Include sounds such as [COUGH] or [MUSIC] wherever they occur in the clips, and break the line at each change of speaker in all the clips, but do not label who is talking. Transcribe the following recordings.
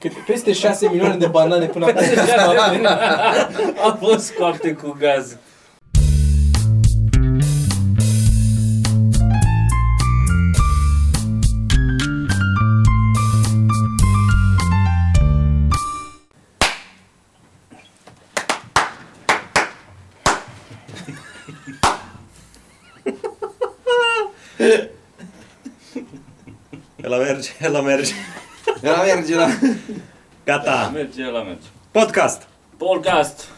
Că peste 6 milioane de banane până acum. Da.
A fost coapte cu gaz.
Ela merge, ela merge.
Era merge la...
Gata.
Merge, la merge.
Podcast.
Podcast.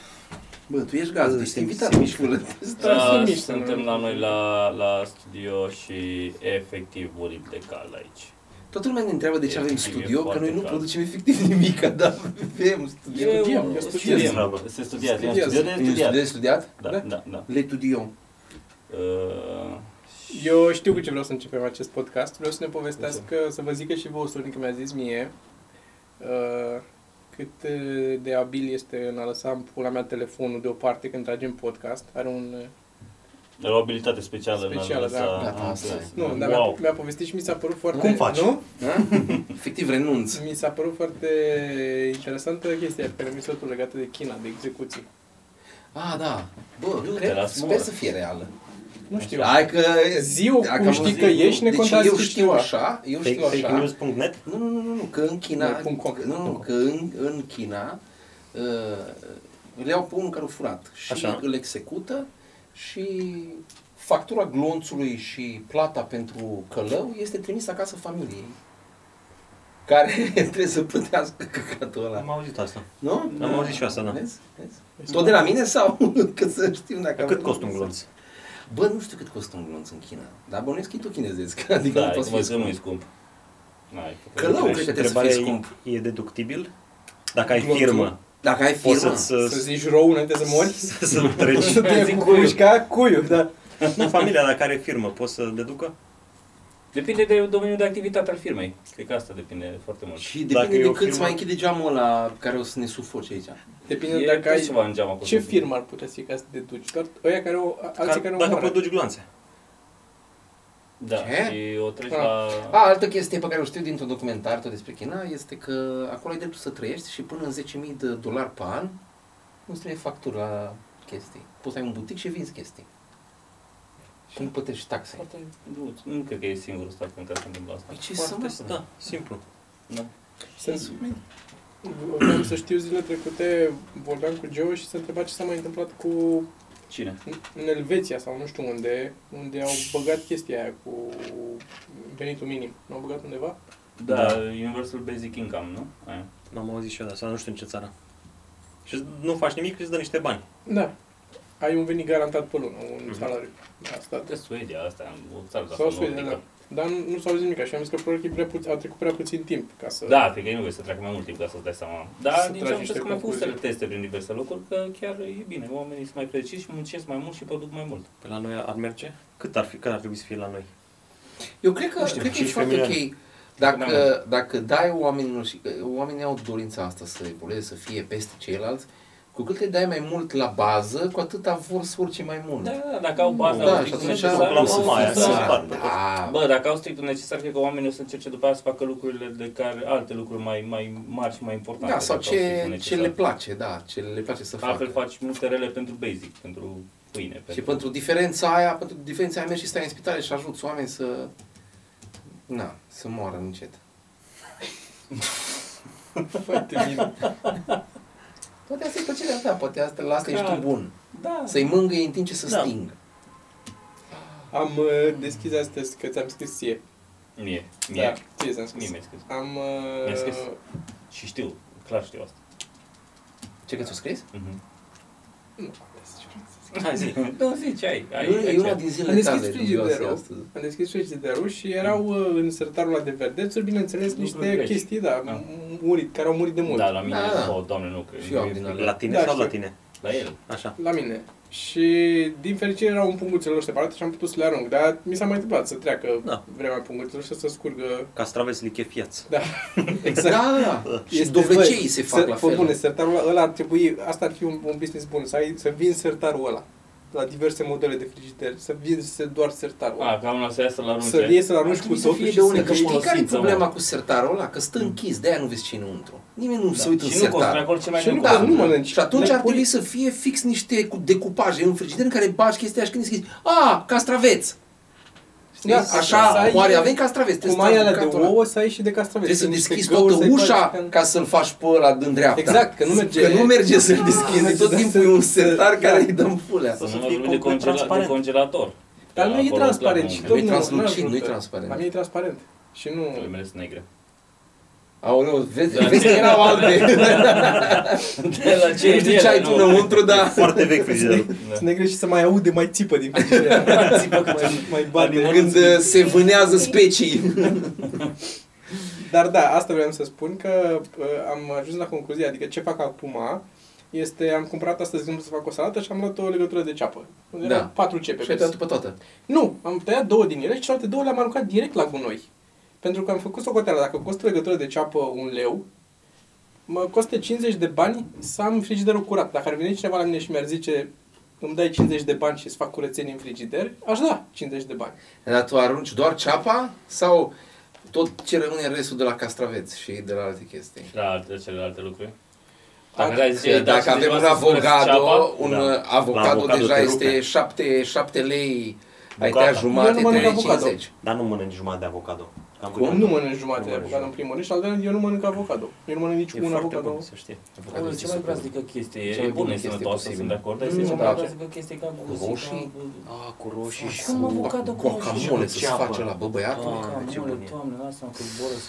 Bă, tu ești deci gazdă, ești invitat, ești fulă.
Trebuie să
Uh,
miști,
suntem
nu?
la noi la, la studio și efectiv urim de cal aici.
Toată lumea ne întreabă de ce
E,
avem
e
studio, că
foarte
noi nu
cald.
producem efectiv nimic, [LAUGHS] dar avem studio.
Eu- studiem, studiem.
eu studiem. Se studiază, e un studio de
Ești
studiat.
de studiat?
Da, da, da.
Le studiom.
Uh,
Eu știu cu ce vreau să începem acest podcast. Vreau să ne povestească,
Exact.
să vă zică și vouă, Sorin, că mi-a zis mie uh, cât uh, de abil este în a lăsa în pula mea telefonul deoparte când tragem podcast. Are un... uh,
Era o abilitate specială. în
Specială,
ăsta.
da.
Gata, asta e.
Nu, dar mi-a,
Mm, wow.
mi-a povestit și mi s-a părut foarte...
Cum
faci?
Nu?
[LAUGHS] Efectiv renunț.
Mi s-a părut foarte interesantă chestia pe care mi s-a părut legată de China, de execuții.
A, da. Bă,
Du-te la
cred, sper
smură.
să fie reală.
Nu știu.
Hai că...
Ziu,
dacă
cum
am
știi
auzit-
că ești, ne
deci
contrazici
eu
tu.
știu așa, eu
Fake,
știu
fake
așa.
news.net.
Nu, nu, nu, nu, nu, că în China,
Nu, .com.
că, nu, nu, că în, în China uh, le iau pe unul care a furat și
Așa.
Așa. îl execută și factura glonțului și plata pentru călău este trimisă acasă familiei care [LAUGHS] trebuie să plătească căcatul ăla.
Am auzit asta.
Nu?
Am auzit și eu asta, da.
Vezi? Vezi? Tot de la mine sau [LAUGHS] că să știm dacă...
Dar
am-
cât costă un glonț?
Bă, nu știu cât costă un glonț în China. Dar bănuiesc că e tot chinezesc. [LAUGHS] Adică
Da,
nu poți
mă
să
zic, nu e scump. N-ai făcut.
Călău, cred că trebuie să fie
Întrebarea
scump.
e, e deductibil? Dacă ai
Glonțul?
firmă,
Dacă ai
poți
firmă...
să-ți... uh,
Să zici rău înainte [LAUGHS] să mori?
[LAUGHS] Să, să treci.
Să te cu mușca cuiu, da.
[LAUGHS] Nu, familia dacă are firmă, poți să deducă?
Depinde de domeniul de activitate al firmei. Cred că asta depinde foarte mult.
Și
Dacă
depinde
e
de
o
cât îți
firmă-
mai închide geamul ăla care o să ne sufoce aici.
Depinde
E
dacă
pus
ai...
ceva în geam acolo.
Ce firmă ar putea să fie ca să deduci? Doar ăia care o, alții care
Ca-
o
dacă
omoară.
produci glonțe.
Da,
Ce?
și o treci
Ah.
la...
A, altă chestie pe care o știu dintr-un documentar tot despre China este că acolo ai dreptul să trăiești și până în 10.000 de dolari pe an nu trebuie factura chestii. Poți să ai un butic și vinzi chestii. Și nu plătești taxe.
Foarte duț. Nu cred că e singurul stat în care se întâmplă asta.
Păi ce să
Foarte,
mă
da, simplu.
Da.
Sunt- Vreau să știu zilele trecute, vorbeam cu Geo și se întreba ce s-a mai întâmplat cu
Cine?
în Elveția sau nu știu unde, unde au băgat chestia aia cu venitul minim. Nu au băgat undeva?
Da,
Da.
Universal Basic Income, nu? Aia.
N-am auzit și eu de asta, nu știu în ce țară. Și nu faci nimic, îți dă niște bani.
Da. Ai un venit garantat pe lună, un salariu. Asta.
De Suedia, asta, o țară de
Sau
asta,
Suedia,
nordică.
da. Dar nu, nu s-au zis nimic și am zis că probabil că e prea puțin, a trecut prea puțin timp ca să... [LAUGHS]
Da, cred că e nevoie să treacă mai mult timp ca să-ți dai seama.
Să
Dar din ce
tragi
am
niște
înțeles că mai
concluzii.
fost teste prin diverse locuri, că chiar e bine. Oamenii sunt mai preciși, muncesc mai mult și produc mai mult.
Pe la noi ar merge? Cât ar, fi, cât ar trebui să fie la noi?
Eu cred că,
Nu știu,
cred că e
15
foarte
milioane.
ok. Da, Dacă, dacă dai oamenilor, și- oamenii au dorința asta să evolueze, să fie peste ceilalți, cu cât le dai mai mult la bază, cu atâta vor să urce mai mult.
Da, da, dacă au baza,
Da,
au
și
fixul
atunci
necesar,
la
au
mama aia,
fixul-
se
Da.
sparg.
Da.
Bă, dacă au strictul necesar, cred că oamenii o să încerce după aia să facă lucrurile de care, alte lucruri mai, mai mari și mai importante.
Da, sau
dacă au strictul
ce, ce
necesar.
le place, da, ce le place să
Că altfel
facă.
faci multe rele pentru basic, pentru pâine.
Și pentru diferența aia, pentru diferența aia mergi și stai în spitale și ajuți oameni să, na, să moară încet.
Foarte bine.
Poate asta e plăcerea ta, poate asta, la asta
Clar.
ești tu bun.
Da.
Să-i mângâi în timp ce să
Da.
sting.
Am uh, deschis astăzi, că ți-am scris ție.
Mie. Mie.
Da, ție ți-am
Mie
scris.
mi-a scris.
Am...
Mi-a scris.
Uh,
Și știu, clar știu asta.
Ce că ți-o scris?
Mhm.
nu, asta e ce-
Hai zi.
Nu, zici, Da, ai. ai
E
aici.
e una din
Am
zilele
deschis
tale dubioase
frigiderul,
astăzi.
am deschis frigiderul și erau uh, în sertarul ăla de verdețuri, bineînțeles,
Mm. Lucruri
niște
greci.
chestii, da,
Da.
m- murit, care au murit de mult.
Da, la mine,
Da, da.
o, doamne, nu cred.
Și eu am
Nu e
din
frică.
alea.
La tine
Da,
sau
știu.
la tine?
La el.
Așa.
La mine. Și, din fericire, erau în punguțelor separate și am putut să le arunc, dar mi s-a mai întâmplat să treacă
Da.
vremea punguțelor și să scurgă...
Castraveți lichefiați.
[LAUGHS]
Da,
Da,
exact.
da,
[LAUGHS]
da. Și
Este,
dovlecei
băi,
se fac
să-
la
fă Bune,
fel.
sertarul ăla, ăla ar trebui, asta ar fi un, un business bun, să, ai, să vinzi sertarul ăla. la diverse modele de frigider, să vinzi doar sertarul.
A, ca una să iasă la runce.
să iese la
Ar
ruși cu
trebui Păi să
totul
fie
și
de
să
unde, că
iei-
știi care e
folosiți,
problăma
mă.
cu sertarul ăla? Că stă închis, de-aia nu vezi ce e înăuntru. Nimeni nu se uită în
Da. și nu construi
sertar.
acolo ce mai
Da. Și nu
nu
Da,
nu mănânci.
și atunci
Le
ar
pui-
trebui să fie fix niște cu decupaje în frigider în care bagi chestia și când deschizi, a, castraveți! Știi?
Da, să- să
Așa,
ai-
oare avem castraveți?
Cum
Trebuie
ai
să
alea de
aruncatul ăla.
ouă, să ai și de castraveți.
Trebuie să
Sunt niște
deschizi
găuri
toată
să-i
ușa
faci ca-
ca să-l faci pe ăla din dreapta.
Exact, că nu merge-
Că nu merge
[LAUGHS]
să-l deschizi, tot
Da,
timpul
să-
e un sertar
da.
care îi dă în pulea.
Să
Să
nu
fie
vorbim de,
complet
congela- de
transparent.
congelator.
Dar nu e
Acolo,
transparent
da,
și
nu.
tot
Nu e
nu-
translucid,
n-ajută.
nu e transparent.
La mine e transparent. Și nu...
Ele mele sunt negre.
Aoleu, vezi,
Da.
vezi că erau albe.
De la [LAUGHS] ce
Nu știu ce ai tu
[LAUGHS]
înăuntru, dar...
Foarte vechi frigiderul.
Sunt negre și să mai aude, mai țipă din frigider.
[LAUGHS]
mai, mai bate.
Când uh, se vânează [LAUGHS] specii.
Dar da, asta vreau să spun că uh, am ajuns la concluzia, adică ce fac acum este, am cumpărat astăzi, de exemplu, să fac o salată și am luat o legătură de ceapă. Unde
Da.
erau patru cepe.
Și ai dat pe toată.
Nu, am tăiat două din ele și celelalte două le-am aruncat direct la gunoi. Pentru că am făcut socoteala, dacă costă o legătură de ceapă un leu, mă costă 50 de bani să am frigiderul curat. Dacă ar veni cineva la mine și mi-ar zice îmi dai 50 de bani și îți fac curățenie în frigider, aș da 50 de bani.
Dar tu arunci doar ceapa sau tot ce rămâne restul de la castraveți și de la alte chestii?
Și la alte, celelalte lucruri.
Ac-
dai
Că dacă avem un avocado, un da. avocado
avocado
deja
te
este
rupe.
7, 7 lei, ai
Bucata.
tăiat
Eu
jumate,
nu mănânc
3,50.
Dar nu mănânci jumătate de avocado. Am
Eu
uitat.
nu mănânc jumate de
Da. Nu mănânci
avocado în primul rând și al doilea eu nu mănânc avocado. Eu nu mănânc nici
E
un
foarte
avocado.
bun, să știi.
Avocado
Avocado e
este
cea mai
super.
drastică chestie,
Cea mai
e
bună
bună, e
chestie
sănătoasă,
posibilă.
sunt de acord, dar
Mm,
este cea
da.
mai drastică chestie ca
Cu
gust.
roșii?
ca-
A, cu roșii și
Cum
cu...
avocado cu
Guacamole
și
să-ți
ceapă.
faci la bă băiatul.
Ah, ce
Guacamole,
bucurie.
doamne, lasă-mă că zborăsc.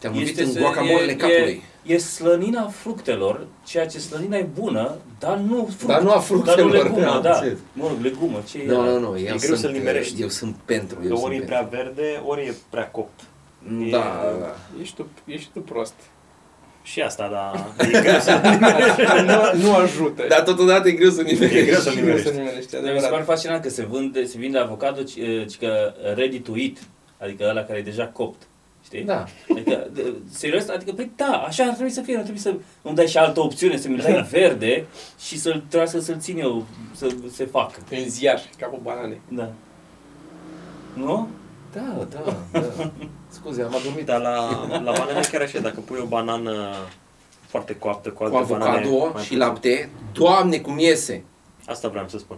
Te-am lovit în
se-
guacamolele capului.
E, e slănina fructelor, ceea ce slănina e bună, dar nu fructe.
Dar nu a fructelor,
Dar nu legumă,
da,
da.
înțeles.
Mă rog, legumă, ce
Nu,
era?
nu, nu, eu
greu
sunt,
să-l nimerești.
eu sunt pentru,
Că
eu
ori e
sunt
prea
pentru.
verde, ori e prea copt. e-
Da, da.
Ești tu, ești tu prost.
Și asta, da. E greu să [LAUGHS]
nu, nu ajută.
Dar totodată e greu să
E greu
nimerești.
să
Nu se
nimerești.
nimerește,
Dar mi se pare
adevărat.
fascinant că se vinde, se vinde avocado, ci, eh, ci că ready to eat, adică ăla care e deja copt. Știi?
Da.
Adică, de- serios, adică, păi da, așa ar trebui să fie, nu trebuie să îmi dai și altă opțiune, să mi-l
[LAUGHS]
dai verde și să-l trebuie să, să-l țin eu, să se facă.
În ziar, ca pe banane.
Da. Nu?
Da, da, da. Scuze, am adormit.
Dar la, la banane chiar așa, dacă pui o banană foarte coaptă cu
Cu
alte banane,
avocado
mai
și
puțin.
lapte, doamne cum iese!
Asta vreau să spun.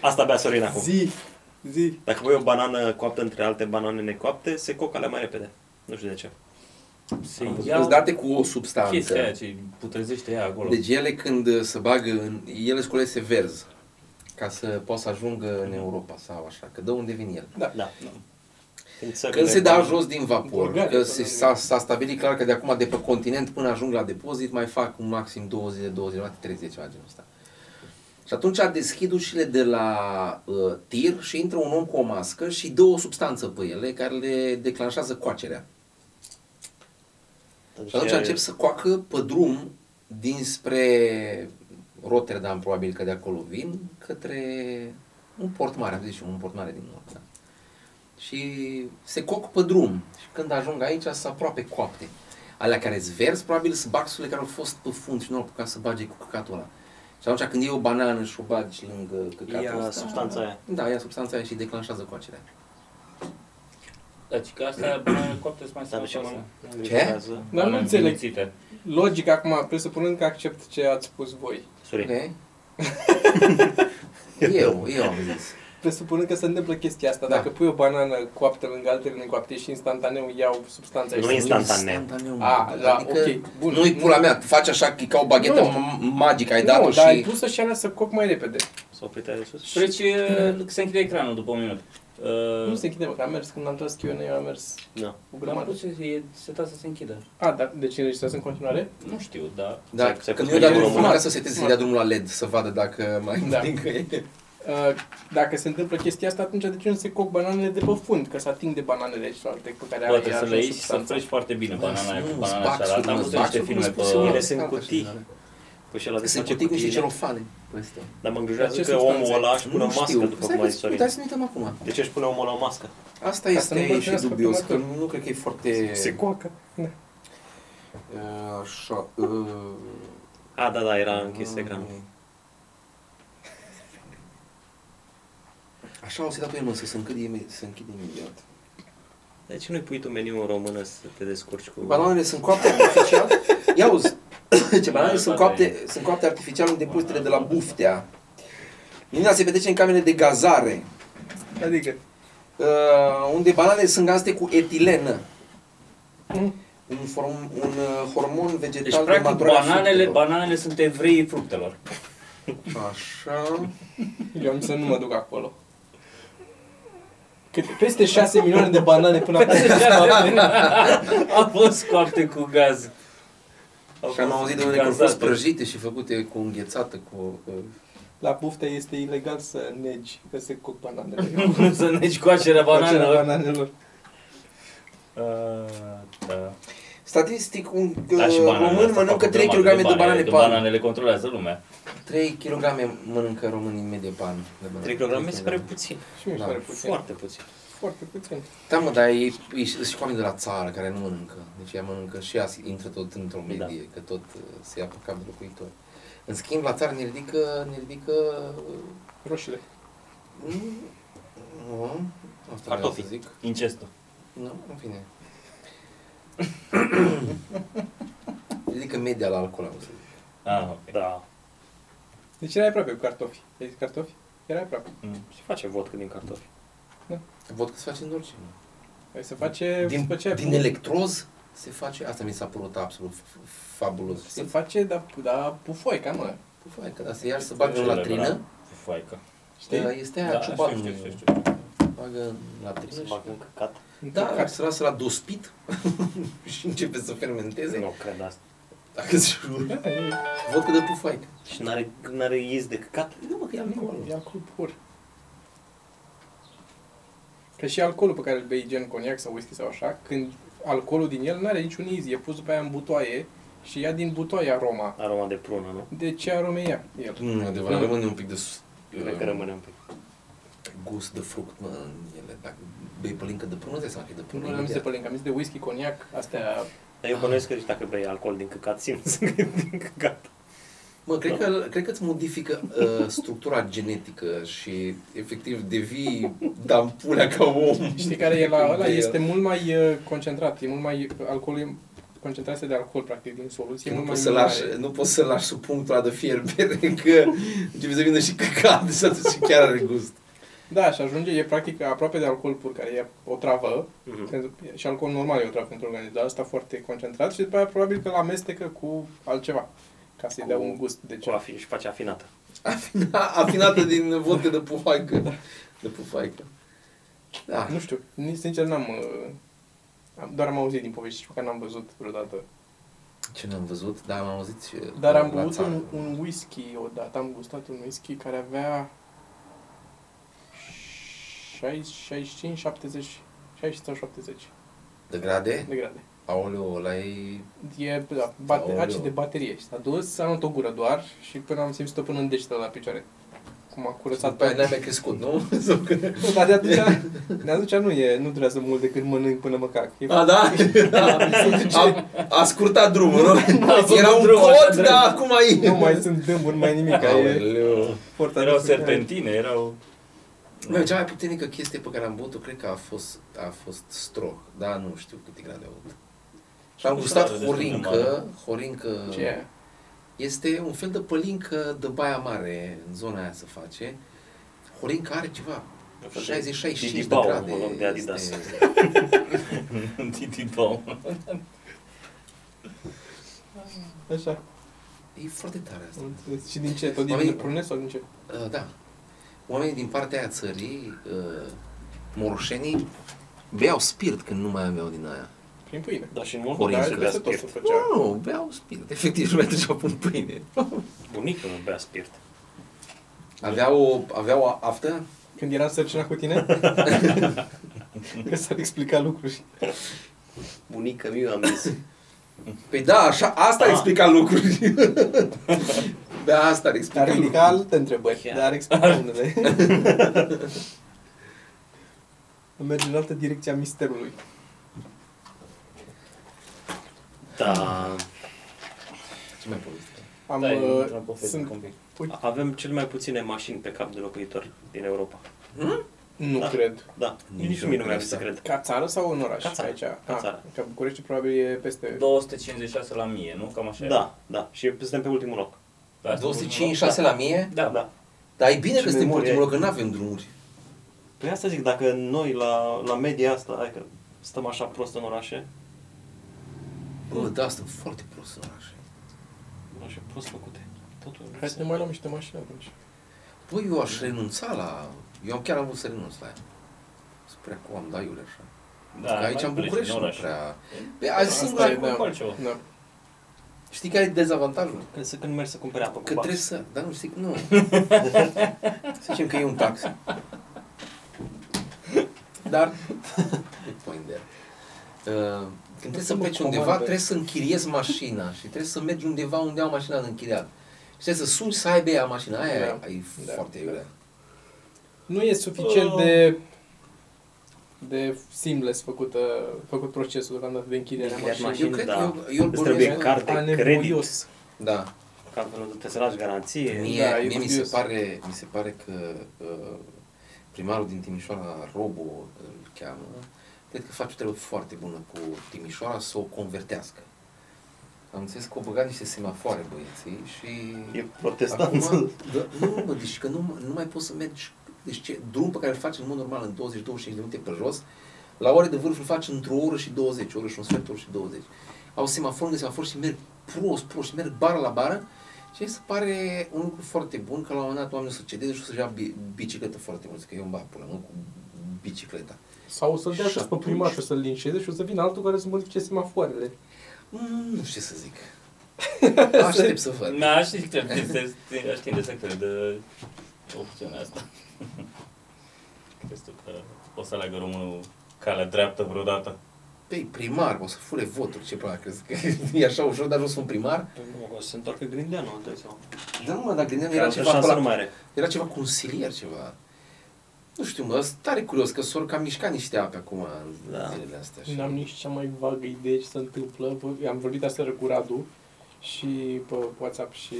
Asta bea Sorin acum.
Zi, zi.
Dacă pui o banană coaptă între alte banane necoapte, se coc alea mai repede. Nu știu de ce.
Se
Sunt
iau
date cu o substanță.
chestia aia ce putrezește ea acolo.
Deci ele când uh, se bagă, în, ele sunt culese verzi, ca să poată să ajungă în Europa sau așa, că dă unde vin ele.
Da. Când se,
Când se dau jos din vapor,
Bulgaria,
că se,
până
s-a, s-a stabilit clar că de acum de pe continent până ajung la depozit mai fac un maxim 20 de 20 de 30 ceva genul ăsta. Și atunci deschid ușile de la uh, tir și intră un om cu o mască și dă o substanță pe ele care le declanșează coacerea. Și atunci încep să coacă pe drum dinspre Rotterdam, probabil că de acolo vin, către un port mare, am zis și eu, un port mare din nord. Da. Și se coc pe drum. Și când ajung aici, sunt aproape coapte. Alea care sunt verzi, probabil sunt baxurile care au fost pe fund și nu au apucat să bage cu căcatul ăla. Și atunci când iei o banană și o bagi lângă căcatul
Ia
ăsta,
substanța aia.
da, ia substanța aia și declanșează coacerea.
Deci că astea bananele coapte sunt mai
Dar ce
sănătoase.
Ce?
Dar nu
Banane
înțeleg.
înghițite.
Logic acum, presupunând că accept ce ați spus voi.
Sorin.
Ok? eu, eu am zis.
Presupunând că se întâmplă chestia asta,
Da.
dacă pui o banană coaptă lângă altele necoapte și instantaneu iau substanța
Nu
și-
instant- Păi, instantaneu.
Instantaneu,
A,
mă. Adică
da, ok, bun.
Nu-i pula mea, faci așa ca o baghetă
Nu.
m- magică, ai
Nu,
dat-o
dar ai
și...
pus-o și alea să coc mai repede.
Uh.
S-a oprit aia de sus.
Deci se închide ecranul după un minut. Uh,
Nu se închide, mă, că am mers când am tras Q&A, eu am mers
Da.
o
Dar
grămadă.
pus să e setat să se închidă.
A, da, deci înregistrează în continuare?
Nu știu, dar...
Da,
Ți-ai- ți-ai
când
pus
eu dau
pe
drumul
Smart.
ca să se să
Smart.
dea drumul la LED, să vadă dacă mai
Da.
[LAUGHS] încă e.
Uh, dacă se întâmplă chestia asta, atunci de ce nu se coc bananele de pe fund? Că se ating de bananele celelalte pe care
Bă,
are
trebuie să le iei și să freci foarte bine banana aia cu
Nu,
banana
zbac,
cealaltă. Am
mă,
văzut
zbac,
niște
mă,
filme pe...
spune să mă
Ele
las
sunt
ca
cutii.
așa, da.
Păi și ăla
Că sunt
desface
cutii cu niște
cutiile.
celofane. peste.
Dar mă
Dar
îngrijorează
ce
că omul
substanțe?
ăla își pune o
Nu
mască,
știu,
după
stai
cum
că-
ai Sorin.
Uitați să ne uităm acum.
De ce își pune omul la o mască?
Asta
Ca să nu
este și
bătrânească
dubios, că
prematur.
nu cred că e foarte...
coacă.
Uh, Așa... uh,
A, da, da, era închis
Ah,
ecranul.
Așa au setat-o el, mă, să se închide, imi- să închide imediat.
De ce Deci nu-i pui tu meniu în română să te descurci cu...
Baloanele sunt coapte [LAUGHS] artificial. Ia uzi, [COUGHS] ce baloanele sunt coapte, sunt coapte artificial în depozitele de la Buftea. Lumina se petrece în camere de gazare,
Adică,
uh, unde bananele sunt gazdate cu etilenă.
mm,
Un, form, un uh, hormon vegetal
Deci,
de
practic,
maturare a
bananele,
fructelor.
bananele sunt evreii [LAUGHS] fructelor.
Așa.
eu am să nu mă duc acolo. Cât, peste 6 milioane de banane până acum.
A fost coapte cu gaz. Au
Și am
fost
auzit de unele că au fost
gazate.
prăjite și făcute cu înghețată, cu... uh, cu...
La bufte este ilegal să negi, că se cuc bananele.
[LAUGHS] Să neci coacerea
Facerea
bananelor.
bananelor.
Ah, Da.
Statistic, un
Da, și
uh,
bananele
român
astea
mănâncă
fac
3
o
kg de banane
că
pe an.
Bananele controlează lumea.
3 kg mănâncă românii în medie pe an. de banane.
3 kg mi se pare puțin.
Și mi se
Da,
pare puțin.
Foarte puțin.
Foarte puțin.
Da, mă, dar ei, ei sunt și oameni de la țară care nu mănâncă. Deci ea mănâncă și ea intră tot într-o medie, că tot uh, se ia pe cap de locuitor. În schimb, la țară ne ridică, ne ridică... uh,
Roșile.
Nu, nu, asta vreau să
Cartofii.
zic.
Incestul.
Nu, în fine. [COUGHS] ridică media la alcool, am să zic.
Ah, da.
Deci era aproape cu cartofi. Ai zis cartofi? Era aproape.
Mm.
Și face vodcă din cartofi.
Văd că se face în orice. mă.
Păi se face... se
Din,
face
din electroz se face, asta mi s-a părut absolut f- f- fabulos.
Se
Se
face, da, da pufoica, mă.
face, că da, se ia și se bagă în latrină,
Foaică.
Știi?
da, este aia ciubanul,
știu, știu, știu.
bagă în latrină
Se
și...
bagă în căcat.
Da,
Ca-
se lasă la dospit [LAUGHS] și începe să fermenteze.
Nu cred asta.
Dacă se jură,
Da, e-
văd că dă pufaică.
Și n-are, n-are iz de căcat?
Nu mă, că e
E
alcool.
alcool pur. Că și alcoolul pe care îl bei, gen coniac sau whisky sau așa, când alcoolul din el nu are niciun iz, e pus după aia în butoaie și ia din butoaie aroma.
Aroma de prună, nu?
De ce arome ia el?
Nu, e adevărat, rămâne un pic de s- uh,
Cred că
Mm.
rămâne un pic.
gust de fruct mă, în ele. Dacă bei pălincă de prună, îți dai seama că e de prună.
Nu am zis de
imediat.
pălincă, am zis de whisky, coniac, astea...
Dar eu bănuiesc că și dacă bei alcool din căcat, simți [LAUGHS] că e din căcat.
Mă, cred că, cred că îți modifică uh, structura genetică și efectiv devii dampulea ca om.
Știi care
[LAUGHS]
e la ăla?
De-
Este mult mai uh, concentrat, e mult mai... Alcoolul e concentrația de alcool, practic, din soluție.
Că
e
nu,
mult
poți să
mai
lași,
mare.
nu poți să lași sub punctul ăla de fierbere [LAUGHS] că începe să vină și căcat și atunci chiar are gust.
Da, și ajunge, e practic aproape de alcool pur, care e o travă,
Mhm.
Pentru- Și alcool normal e o travă pentru organism, dar asta foarte concentrat și după aia probabil că îl amestecă cu altceva ca să-i
Cu-
dea un gust de
Cu
ce.
afi- și face afinată.
Afina, afinată din vodcă de pufaică. De pufaică. Da.
Nu știu, nici sincer n-am... uh, am- Doar am auzit din povești și că n-am văzut vreodată.
Ce n-am văzut, dar am auzit și
Dar am
la
băut
țară.
un, un whisky odată, am gustat un whisky care avea 60, 65, 70, 60 sau 70
De grade?
de grade.
Aoleu, ăla e...
E da, bate,
Aoleu.
acid de baterie. Și s-a dus, s-a luat o gură doar și până am simțit-o până în degetul la picioare. Cum a curățat
După aia n-ai mai crescut, nu? [LAUGHS] Sau că-
Nu, Dar de atunci, de atunci nu e, nu durează mult decât mănânc până mă cac. E,
A, da? [LAUGHS] da. A, [LAUGHS] a scurtat drumul, nu?
făcut
Era un
drumul, așa,
cod,
drept.
dar acum e...
nu mai sunt dâmburi, nu mai nimic. E
Aoleu.
foarte
Erau
adesea.
serpentine, erau...
Bă, cea mai puternică chestie pe care am băut-o, cred că a fost, a fost stroh, dar nu știu câte grade au avut. Și am
Nu
gustat
știu, destul de
horincă, horincă
Ce e?
este un fel de pălincă de Baia Mare, în zona aia se face. Horinca are ceva, 60-65 de
Didibau,
grade.
în loc de Adidas.
Este-
mare. Titipau.
Așa,
E foarte tare asta.
am înțeles. Și din ce? Tot
Oamenii-
din prune sau din ce?
Uh, da. Oamenii din partea aia țării, uh, moroșenii, beau spirit când nu mai aveau din aia.
Prin pâine.
Dar și în mult nu
Horincă.
Dar
se bea
peste tot se
spirit.
făcea.
Nu, nu, beau spirit. Efectiv, nu mai duceau pun pâine.
Bunicul nu bea spirit.
[LAUGHS] Aveau, aveau a- aftă?
Când eram sărcinat cu [LAUGHS] tine? Că s-ar explica lucruri.
Bunica miu am zis.
Păi da, așa, asta ar
Ah.
explica lucruri. [LAUGHS] da, asta ar explica
Dar ridica
lucruri.
alte întrebări,
Chiar.
dar
[LAUGHS]
explica unele. [LAUGHS] Merge în altă direcție a misterului.
Da.
Ce mai povestit?
Am,
Da, e
uh,
un trandafir
sunt-
complet.
Avem cel mai puține mașini pe cap de locuitor din Europa.
nu
Da.
cred.
Da,
Nici
nici,
eu
nici mie nu
cred
mi-ar fi să
asta.
cred.
Ca țară sau în oraș?
Ca țară.
Aici?
Ca
Ah,
țară.
Ca București probabil e peste...
256 la 1000, nu? Cam așa. e.
Da, da. Și suntem pe ultimul loc.
Da, asta e
256 la mie?
Da, da.
da.
Dar e bine
Ce
că suntem
memorie
ultimul
ai.
loc, că nu avem drumuri.
Păi asta zic, dacă noi la, la media asta, hai că stăm așa prost în orașe,
Bă, da, sunt foarte prost în oraș.
orașe prost făcute. Totul
Hai să ne mai luăm niște mașini atunci.
Bă, Păi eu aș renunța la... Eu chiar am vrut să renunț la ea. Spre acum am dat iure așa.
Da,
că aici
mai
în
pleci
București
în
nu
oraș.
prea... Pe azi
Asta
singura...
e, da.
Cu altceva.
Oh.
Da.
Știi care e dezavantajul?
Când, să- când mergi să cumpere apă cu
Că
bani.
trebuie să... Dar nu știi...
[LAUGHS]
Nu. să zicem că e un taxi. Dar... [LAUGHS] Good point there. Uh, când trebuie să
Nu
pleci
comandă.
undeva, trebuie să închiriezi mașina și trebuie să mergi undeva unde au mașina de închiriat. Și trebuie să suni să aibă ea mașina. Aia e-
Da.
e
Da.
foarte iurea.
Nu e suficient
Oh.
de de seamless făcut, făcut procesul deocamdată de închidere a
Închidere a
mașinii.
Eu
Mașini,
cred
da.
că eu, eu
Îți
bănuiesc
trebuie
că-
card de credit,
Anevoios.
Da.
că altfel nu trebuie să lași garanție.
Mie,
Da, e
mie mi, se
dubios.
pare, mi se pare că uh, primarul din Timișoara, Robo îl cheamă, cred că face o treabă foarte bună cu Timișoara să o convertească. Am înțeles că au băgat niște semafoare băieții și...
da, E protestant.
Acum, da, nu, mă, deci că nu, nu mai poți să mergi... Deci ce, drumul pe care îl faci în mod normal în 20-25 de minute pe jos, la ore de vârf îl faci într-o oră și 20, o oră și un sfert, o oră și 20. Au semafor lângă semafor și merg prost, prost, și merg bară la bară. Și mi se pare un lucru foarte bun că la un moment dat oamenii o să cedeze și o să-și ia bi- bicicletă foarte mult. Zic Că eu îmi bag până nu cu bicicleta.
Sau o să-l dea
Și
jos pe
atunci-
primar și o să-l linșeze și o să vină altul care să modifice semafoarele.
Mm, nu știu ce să zic. Aștept să văd.
Da, aș ști că aș tinde să cred de opțiunea asta. Crezi tu că o să aleagă românul calea dreaptă vreodată?
Păi primar, o să fure voturi, ce problema crezi că [LAUGHS] e așa ușor, dar nu sunt primar?
Păi nu, o să se întoarcă Grindeanu, îmi dai seama.
Dar nu Da, mă, dar gândeam,
Că
era
altă
ceva
șansă
acolo,
nu mai are.
Era ceva consilier, ceva. Nu știu, mă, sunt tare curios că sor că am mișcat niște ape acum în
Da.
zilele astea. Și...
N-am nici cea mai vagă idee ce se întâmplă. Bă, Am vorbit aseară cu Radu și pe WhatsApp și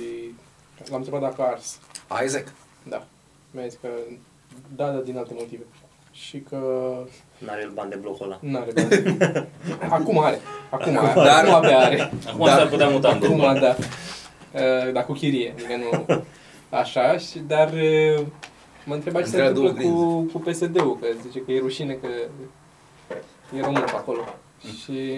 l-am întrebat dacă a ars.
Ah, Isaac,
Da. Mi-a zis că da, dar din alte motive. Și că
N-are el bani de blocul ăla.
n-are [LAUGHS] bani. Acum are. Acum are.
Dar-
Dar nu abia are.
Acum
Da.
s-ar putea muta în
Acum,
Dubai.
da. Uh, Dar cu chirie. Adică nu... Așa, și, dar uh, mă întreba ce se
Între două
întâmplă cu, cu PSD-ul, că zice că e rușine că e român pe acolo.
Mm.
Și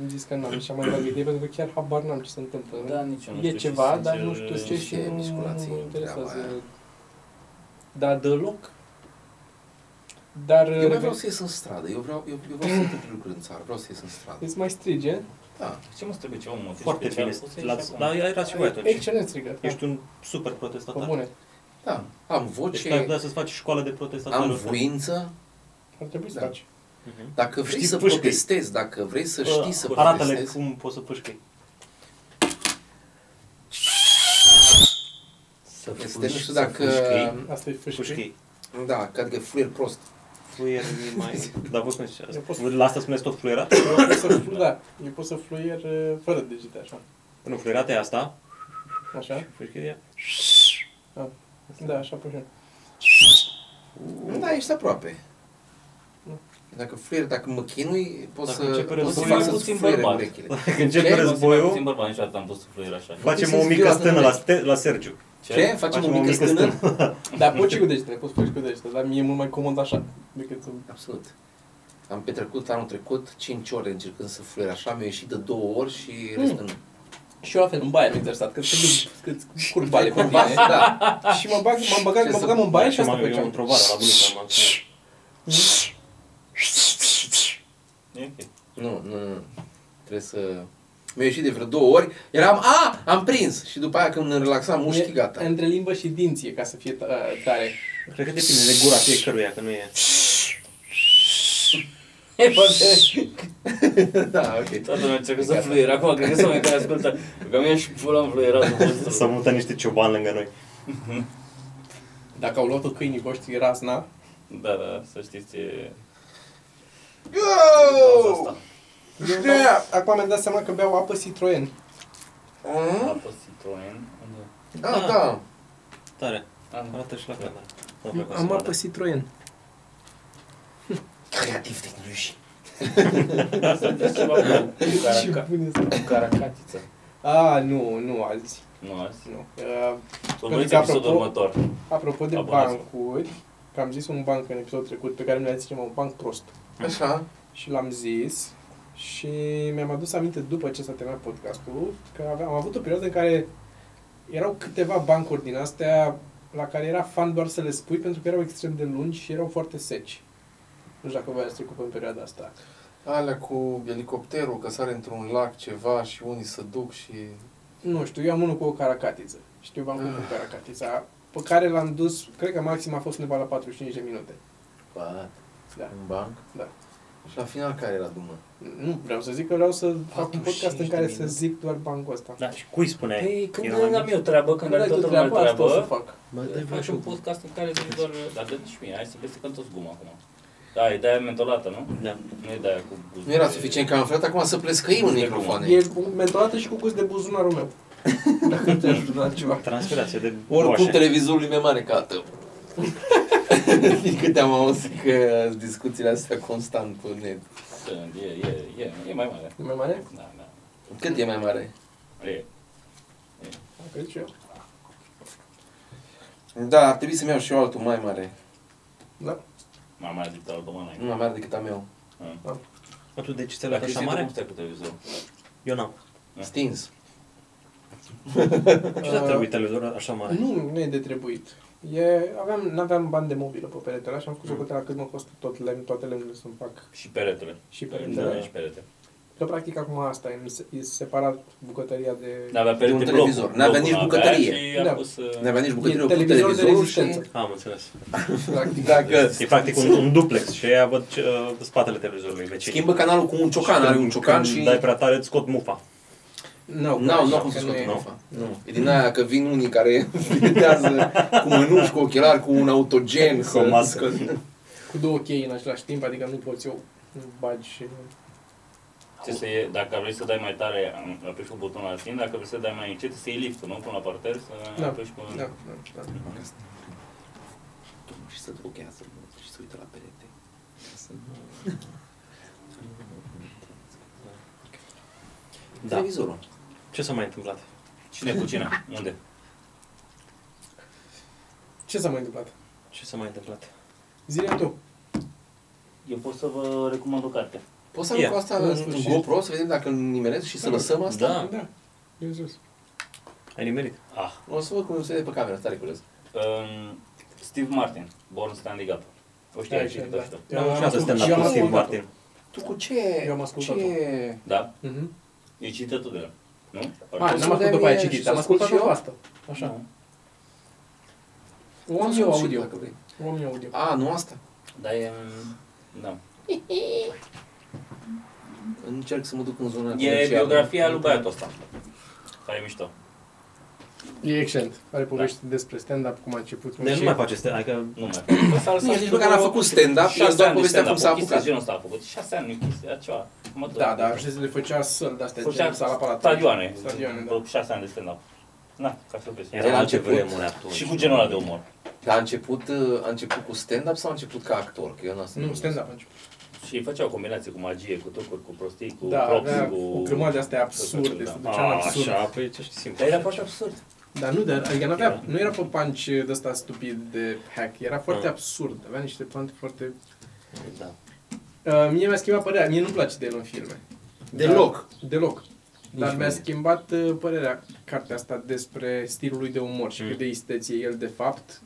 am zis că n-am nici cea mai vagă idee, pentru că chiar habar n-am ce se întâmplă.
Da, nici eu nu
e
știu,
ceva,
sincer,
dar nu știu ce
niște
și nu
misculații
mă
în
interesează.
treaba aia.
Dar deloc. Dar uh,
eu mai vreau să ies în stradă, eu vreau, eu, eu vreau să întâmple lucruri în țară, vreau să ies în stradă.
îți mai strige.
Da.
Ce mă trebuie ceva, mă?
Foarte
special?
bine.
Poți să ieși
Deci, L-ați-
acum.
Da, era și voi atunci.
Excelent strigă. da.
Ești un super
Pe
protestatar.
bune.
Da, am
Deci ai
voce,
putea să-ți faci școală de
am
protestatori.
voință.
Ar trebui să
Da.
faci.
Mhm.
Dacă vrei
Știi
să
pușcăi.
protestezi, dacă vrei să
Bă,
știi să
ă, Arată-le
protestezi,
cum poți să pușcăi.
să
puști-
protestezi, nu știu
să
dacă...
pușcăi.
Asta e fâșcă.
Pușcăi.
Da, cred că fluier prost.
Fluier e mai... Dar vă spuneți ce
Eu pot să-
asta? La asta spuneți tot fluierat?
Eu pot să flu- da, eu pot să fluier uh, fără degete, așa.
Nu, fluierat e asta.
Așa?
Pușcăria.
Da, așa pur și simplu.
Da, ești aproape.
Nu.
Dacă fluier, dacă mă chinui, poți
Dacă
să,
începe
poți să
războiul,
fac
e
să-ți
puțin
fluiere
bărbat.
[LAUGHS]
urechile.
Dacă începe
Ce?
Puțin
războiul,
bărbat, niciodată am pus sufluier așa.
facem
Poți
o
să-i
mică
scrii
stână
la
la, ste- la Sergiu.
Ce? Facem o mică stână?
Dar poți și cu degetele, poți să faci cu degetele, dar mie e mult mai comod așa decât să...
Absolut. Am petrecut anul trecut 5 ore încercând să fluier așa, mi-a ieșit de două ori și restul nu.
Și eu la fel, în baie mi-a exersat, că cât, cât curbale pe
Cumva,
mine.
da.
Și mă bag, m-am băgat,
Ce
mă
să-
băgam în baie și
Și
asta
m-am eu
făceam.
într-o vară la bunica m-am
E ok.
Nu, nu, nu. Trebuie să... Mi-a ieșit de vreo două ori, eram, a, am prins! Și după aia când îmi relaxam mușchii, gata.
Între limbă și dinții, e ca să fie ta- tare.
Cred că depinde de gura fiecăruia, că nu e...
E poate.
da, ok.
Toată lumea încearcă să fluier. Acum, cred că sunt mai care ascultă. Că mi-e și pula în fluierat. nu pot
S-au
să-
mutat niște ciobani lângă noi.
Dacă au luat-o câinii voștri, razna,
Da, da, să știți e...
Yo!
asta.
Da. Eu beau- Acum mi-am dat seama că beau apă Citroen.
Mm?
Apă Citroen. Unde?
Ah, da.
Tare.
Am-
Arată și la
Da.
camera. Nu
Am,
vreau să
am
vadă.
apă Citroen.
Creativ tehnologi.
Asta e ceva cu caraca-
bune
cu caracatiță.
A, nu, nu azi.
Nu azi.
Nu. Uh,
Urmăriți
că, apropo-
episodul următor.
apropo de
Abonați-vă.
bancuri, că am zis un banc în episodul trecut pe care mi l-a zis un banc prost.
Așa.
Și l-am zis și mi-am adus aminte după ce s-a terminat podcastul că aveam, am avut o perioadă în care erau câteva bancuri din astea la care era fan doar să le spui pentru că erau extrem de lungi și erau foarte seci. Nu știu dacă voi ați trecut în perioada asta.
Alea cu elicopterul, că sare într-un lac ceva și unii se duc și...
Nu știu, eu am unul cu o caracatiță. Știu bancul cu caracatița pe care l-am dus, cred că maxim a fost undeva la 45 de minute.
Bat.
Da.
În banc.
Da.
Și la final care era dumă?
Nu, vreau să zic că vreau să fac un
45
podcast în care
de
să
minute.
zic doar bancul ăsta.
Da, și cui spuneai?
Păi, când
Era mai
am eu treabă, când are
ai tu
toată lumea
asta o să
treabă,
fac.
Bă, dai faci un podcast în care zici doar... Dar dă și mie, hai să vezi că tot gumă acum. Da, e de-aia mentolată, nu?
Da.
Nu e de-aia cu gust
Nu era
de-
suficient că am aflat acum să plescăim în
De
microfoane.
E mentolată și cu gust de buzunarul meu. Dacă te ajută la ceva.
Transpirație de
Oricum
broașe.
televizorul e mai mare ca a [LAUGHS] tău. Din câte am auzit că discuțiile astea constant pe net.
Sunt, E, e, e, e mai mare.
E mai mare?
Da, da.
Cât e mai mare?
E.
Cred și eu.
Da, ar trebui să-mi iau și eu altul mai mare.
Da.
Mai mare decât altă mână.
Nu mai mare decât a meu.
Ah.
Mă, tu de ce ți-ai luat așa
Cum
mare?
stai cu televizorul?
Eu n-am.
Stins.
Și de trebuie televizor așa mare?
Nu, nu e de trebuit. E, aveam, n-aveam bani de mobilă pe peretele și am făcut socoteala cât mă costă tot lemn, toate lemnurile să-mi fac
Și peretele.
și
Da,
peretele.
și perete.
Că practic acum asta e, e separat bucătăria de...
N-avea
De
perete
un televizor.
bloc-
N-avea
blocul
nici
n-avea
bucătărie.
Și
Da.
a pus... uh,
Ne avea nici bucătărie,
E
au pus
televizor de
televizorul și...
rezistență.
Am înțeles.
Practic.
Dacă
E practic un, un duplex și aia văd ce, uh, spatele televizorului vecin.
schimbă canalul cu un ciocan, are un ciocan
când
și...
dai prea tare, îți scot mufa. Da.
Nu,
Nu, nu
că
cum să
e-
scoată
nu.
mufa. Nu. E din aia că vin unii care [LAUGHS] filetează cu mănuși, cu ochelari, cu un autogen.
Cu o mască.
Cu două chei în același timp, adică nu poți eu bagi și...
Ce să e, dacă vrei să dai mai tare, am- apeși cu butonul la tine, dacă vrei să dai mai încet, să iei liftul, nu? Până la parter, să
Da.
apeși cu...
Da, da, da.
Și să ochează [LAUGHS] și să uită la perete.
Da.
Televizorul.
Ce s-a mai întâmplat?
Cine cu cine? Unde?
Ce s-a mai întâmplat?
Ce s-a mai întâmplat?
Zine tu.
Eu pot să vă recomand o carte.
Poți să arunc
Ia.
cu asta
În
în
sfârșit.
GoPro să vedem dacă îl nimeresc și să lăsăm asta?
Da.
Da. E sus.
Ai nimerit?
Ah,
O să văd cum se vede pe camera, tare curios.
um, Steve Martin, Born Standing Up. O știi,
Da,
ai citit asta.
da. Eu am
și asta
ascult-
stand
eu am
up cu Steve
ascultat-o.
Martin.
Tu cu ce...
Eu am ascultat-o.
Ce...
Da?
Mhm.
E citită tot de la. Nu?
Ah,
A, n-am ascultat după aia citit, am ascultat eu asta. Așa. O am eu
Ascult și
audio.
dacă vrei.
O am eu audio.
A, nu asta.
Da, e... Da.
Încerc să mă duc în zona
E
comercială.
biografia lui băiatul ăsta. Care e mișto.
E excelent. Are povești despre stand-up, cum a început. cum
Deci
și-
nu mai face asta, adică
Nu [CLEARS THROAT] mai. Nu,
Nu, nici măcar n-a făcut stand-up, și îți dau povestea cum s-a apucat.
Genul ăsta a făcut. Șase ani, nu chestia, ceva. Mă tot-
Da, deci, da, și se le făcea săl de-astea,
Făcea
gen sala palatului.
stadioane.
Stadioane, da.
Vreo Șase ani de stand-up. Na, ca să vezi.
la
era alte
început.
vremuri atunci.
Și cu genul ăla de umor.
Dar a început, uh, a început cu stand-up sau a început ca actor? Că eu n-am
Nu, stand-up a început.
Și făceau combinație cu magie, cu trucuri, cu prostii, cu
Da,
props,
avea
cu...
o grămadă de astea absurde,
Da.
se ducea în
A,
absurd.
așa, păi ce știi simplu.
Dar era foarte absurd.
Dar nu, dar, adică n-avea,
Era.
nu era pe punch de ăsta stupid de hack, era foarte
Ah.
absurd, avea niște plante foarte...
Da.
Uh, mie mi-a schimbat părerea, mie nu-mi place de el în filme.
Deloc.
Dar, deloc. Dar
Nici
mi-a
mie.
schimbat uh, părerea cartea asta despre stilul lui de umor și
Mm.
cât de isteț e el de fapt.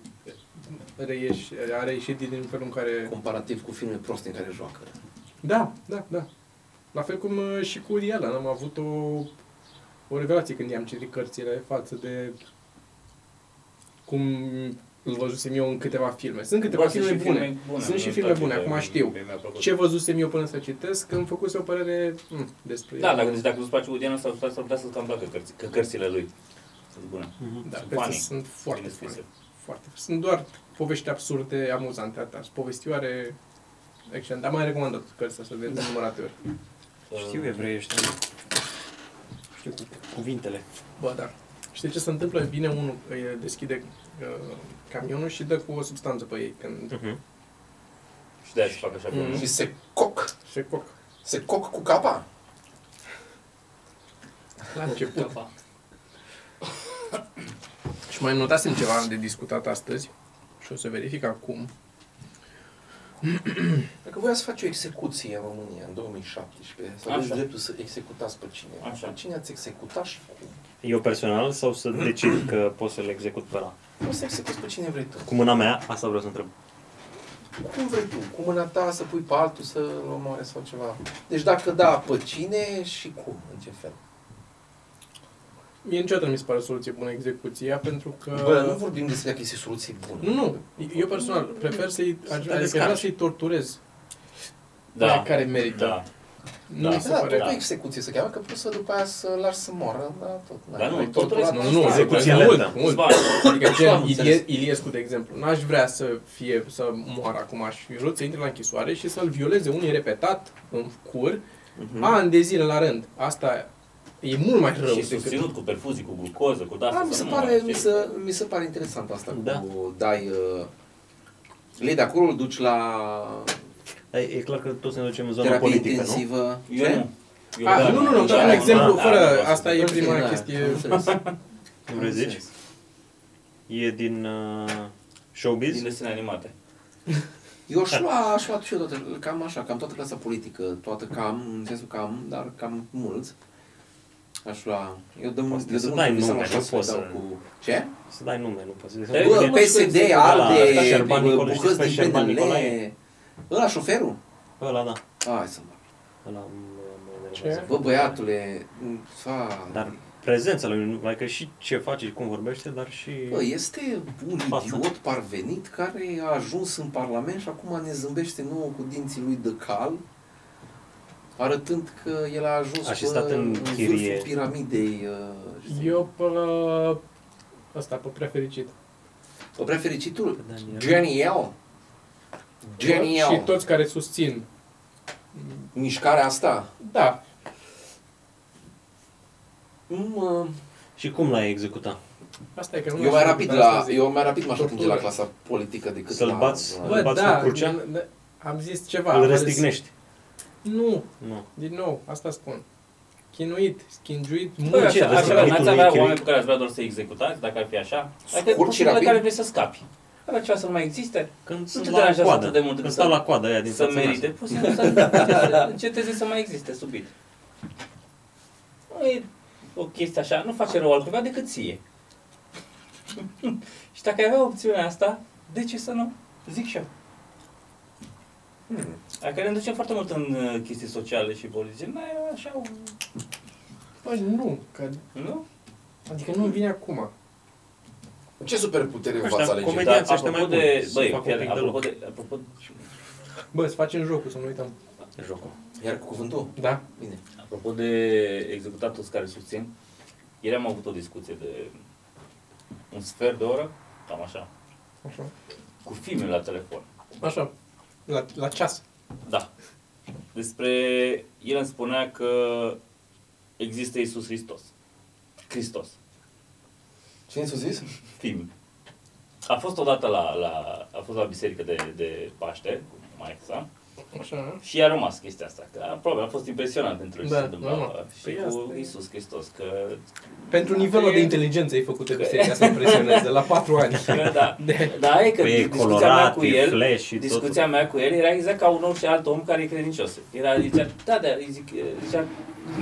Reieș, a reieșit din felul în care...
Comparativ cu filme proste în care joacă.
Da, da, da. La fel cum uh, și cu Uri Allen. Am avut o, o revelație când i-am citit cărțile față de cum îl văzusem eu în câteva filme. Sunt câteva
Bă,
filme
și
bune. Sunt
mi-e
și filme
place,
bune,
dar
acum
mi-
știu.
mi-a plăcut.
Ce văzusem eu până să citesc, că îmi făcuse o părere mm, despre
Da,
el.
dacă, deci dacă nu-ți place Udiana, s-ar putea, s-ar putea să-ți cam placă cărți, că cărțile lui. Sunt bune.
Da,
Sunt
sunt,
funny.
sunt foarte
Bine
fune.
scrise.
Foarte. Sunt doar povești absurde, amuzante, atât. Sunt povestioare excelent. Am mai recomandat cărți să vedeți da. numărate ori.
Uh,
Știu evreiești. Știu
știu cum.
Cuvintele.
Bă, da. Știi ce se întâmplă? Vine unul, îi deschide uh, camionul și dă cu o substanță pe ei când
Mhm.
Și de-aia se fac așa
Mm.
mm.
Și se coc.
se coc.
Se coc cu capa.
La început. Și mai notasem ceva de discutat astăzi și o să verific acum.
Dacă voia să faci o execuție în România în 2017, să aveți
Așa.
dreptul să executați pe cineva.
Așa.
Pe cine ați executat și cum?
Eu personal sau să decid că pot să-l execut pe ăla?
Nu să executezi pe cine vrei tu.
Cu mâna mea, asta vreau să întreb.
Cum vrei tu, cu mâna ta să pui pe altul să-l omoare sau ceva. Deci dacă da, pe cine și cum, în ce fel?
Mie niciodată nu mi se pare o soluție bună execuția pentru că...
Bă, nu vorbim despre dacă este soluții bune.
Uh. nu, nu. Eu personal prefer să-i, adică
descarci.
vreau să-i torturez
Da,
pe care merită.
da.
Nu
Da.
mi se
Da,
pare...
tot o execuție se cheamă, că poți să după aia să lași să moară, dar tot. n-ai-
Dar nu,
ai
tot
torturat
trebuie
Nu,
asta.
nu,
Execuție
mult,
lentă.
mult.
Zbar.
Adică
Nu am
gen
înțeles.
Ilie, Iliescu, de exemplu. N-aș vrea să fie, să moară acum. Aș fi vrut să intre la închisoare și să-l violeze unii repetat în cur,
Mhm.
ani de zile la rând. Asta e mult mai rău Ah,
Și
decât...
susținut cu perfuzii, cu glucoză, cu dasă.
Ah,
Da, mi se, pare, mi, se, mi se pare interesant asta da.
Da.
cu dai... Uh, le de acolo, îl duci la
E, e clar că toți ne ducem în zona
terapie
politică, nu?
intensivă.
Eu nu. Eu
Ah,
da,
nu, nu, nu,
da,
dar un
da,
exemplu
da,
fără...
da, da,
Asta e
În fine,
prima
da,
chestie...
am înțeles.
Nu vrei să zici? E din uh, showbiz?
Din desene animate.
[LAUGHS] Eu aș lua, aș lua și eu toată, cam așa, cam toată clasa politică, toată cam, în sensul cam, dar cam mulți. Aș lua, eu dăm,
Poți
eu
să
dăm
dai
un
nume,
așa
nu
să
poți
dau
să-
Cu... Ce?
Să dai nume, nu poți să zici. Adică
Bă,
Bă,
Bine,
PSD,
mă,
ăla,
ALDE,
Șerban Nicolae,
bucăți
știți pe
din
Șerban
PNL,
Nicolae?
ăla șoferul?
Ăla, da.
Hai să mă.
Ăla mă, mă
Ce?
enervează.
Bă, băiatule, fa...
Dar prezența lui, nu- mai că și ce face și cum vorbește, dar și...
Bă, este un
Față.
idiot parvenit care a ajuns în Parlament și acum ne zâmbește nouă cu dinții lui de cal, arătând că el a ajuns
A și stat în chirie.
vârful piramidei. uh, știi?
Eu pe la... Asta, pe prefericit.
O prea fericitul.
Daniel.
Genial. Genial.
Și toți care susțin.
Mișcarea asta.
Da,
Mă,
Și cum l-ai executa?
Păi,
asta e că nu
Mm, uh, eu mai
aș
rapid
putea
la,
să zic.
eu mai rapid m-aș atinge
Tortură.
la clasa politică decât
Să-l
la...
bați?
la-
Îl
Bă,
bați
da,
cu crucea?
n- n- am zis ceva.
Îl
am ales-
răstignești?
Nu,
Nu.
din nou, asta spun. Chinuit, schingiuit, Adică-
Bă,
mult.
ce,
Păi așa,
despre
așa,
mitul
n-ați
lui
avea
Chiric?
oameni pe care ați vrea doar să executați, dacă ar fi așa? Adică
Scurt și
sunt de
rapid.
care vrei să scapi. Ăla ceva să nu mai existe,
Când
Nu
sunt
te
la
deranjează
coadă,
atât de mult
când
decât
stau
să-
la coadă aia din
să
fața mea.
merite. Poți să să înceteze să mai existe subit. Nu e o chestie așa, nu face rău altcuiva decât ție. [LAUGHS] Și dacă ai avea opțiunea asta, de ce să nu? Zic și eu.
Hmm.
Dacă ne ducem foarte mult în uh, chestii sociale și politice, mai e așa, un-
Păi nu, că,
nu?
adică nu vine acum.
Ce superputere
Ăștia
v-ați alege?
comedianți.
Da.
Mediații ăștia mai
apropo
buni,
de,
să
băi,
fac un
chiar,
pic de
apropo
loc.
de, apropo,
Bă, să facem jocul, să nu uităm.
Jocul.
Iar cu cuvântul?
Da?
Bine.
Apropo de executat toți care susțin, ieri am avut o discuție de un sfert de oră, cam așa,
Așa.
cu filme la telefon.
Așa. La, la ceas.
Da. Despre... El îmi spunea că există Isus Hristos. Hristos.
Cine ți-a zis?
Film. A fost odată la, la, a fost la biserică de, de Paște, cu maica sa,
Așa.
și a rămas chestia asta. Că a, probabil a fost impresionat pentru ce
Da,
se întâmpla.
normal.
Și
Păi
cu
asta e.
Isus Hristos, că
Pentru nivelul de inteligență ai făcut de biserica să impresioneze, la patru ani.
Că da,
[LAUGHS]
da, e că
Păi e
discuția
colorat,
mea cu
e
el,
flash și
discuția mea cu el era exact ca un orice alt om care e credincios. Era, zicea, da, da, îi zic, zicea,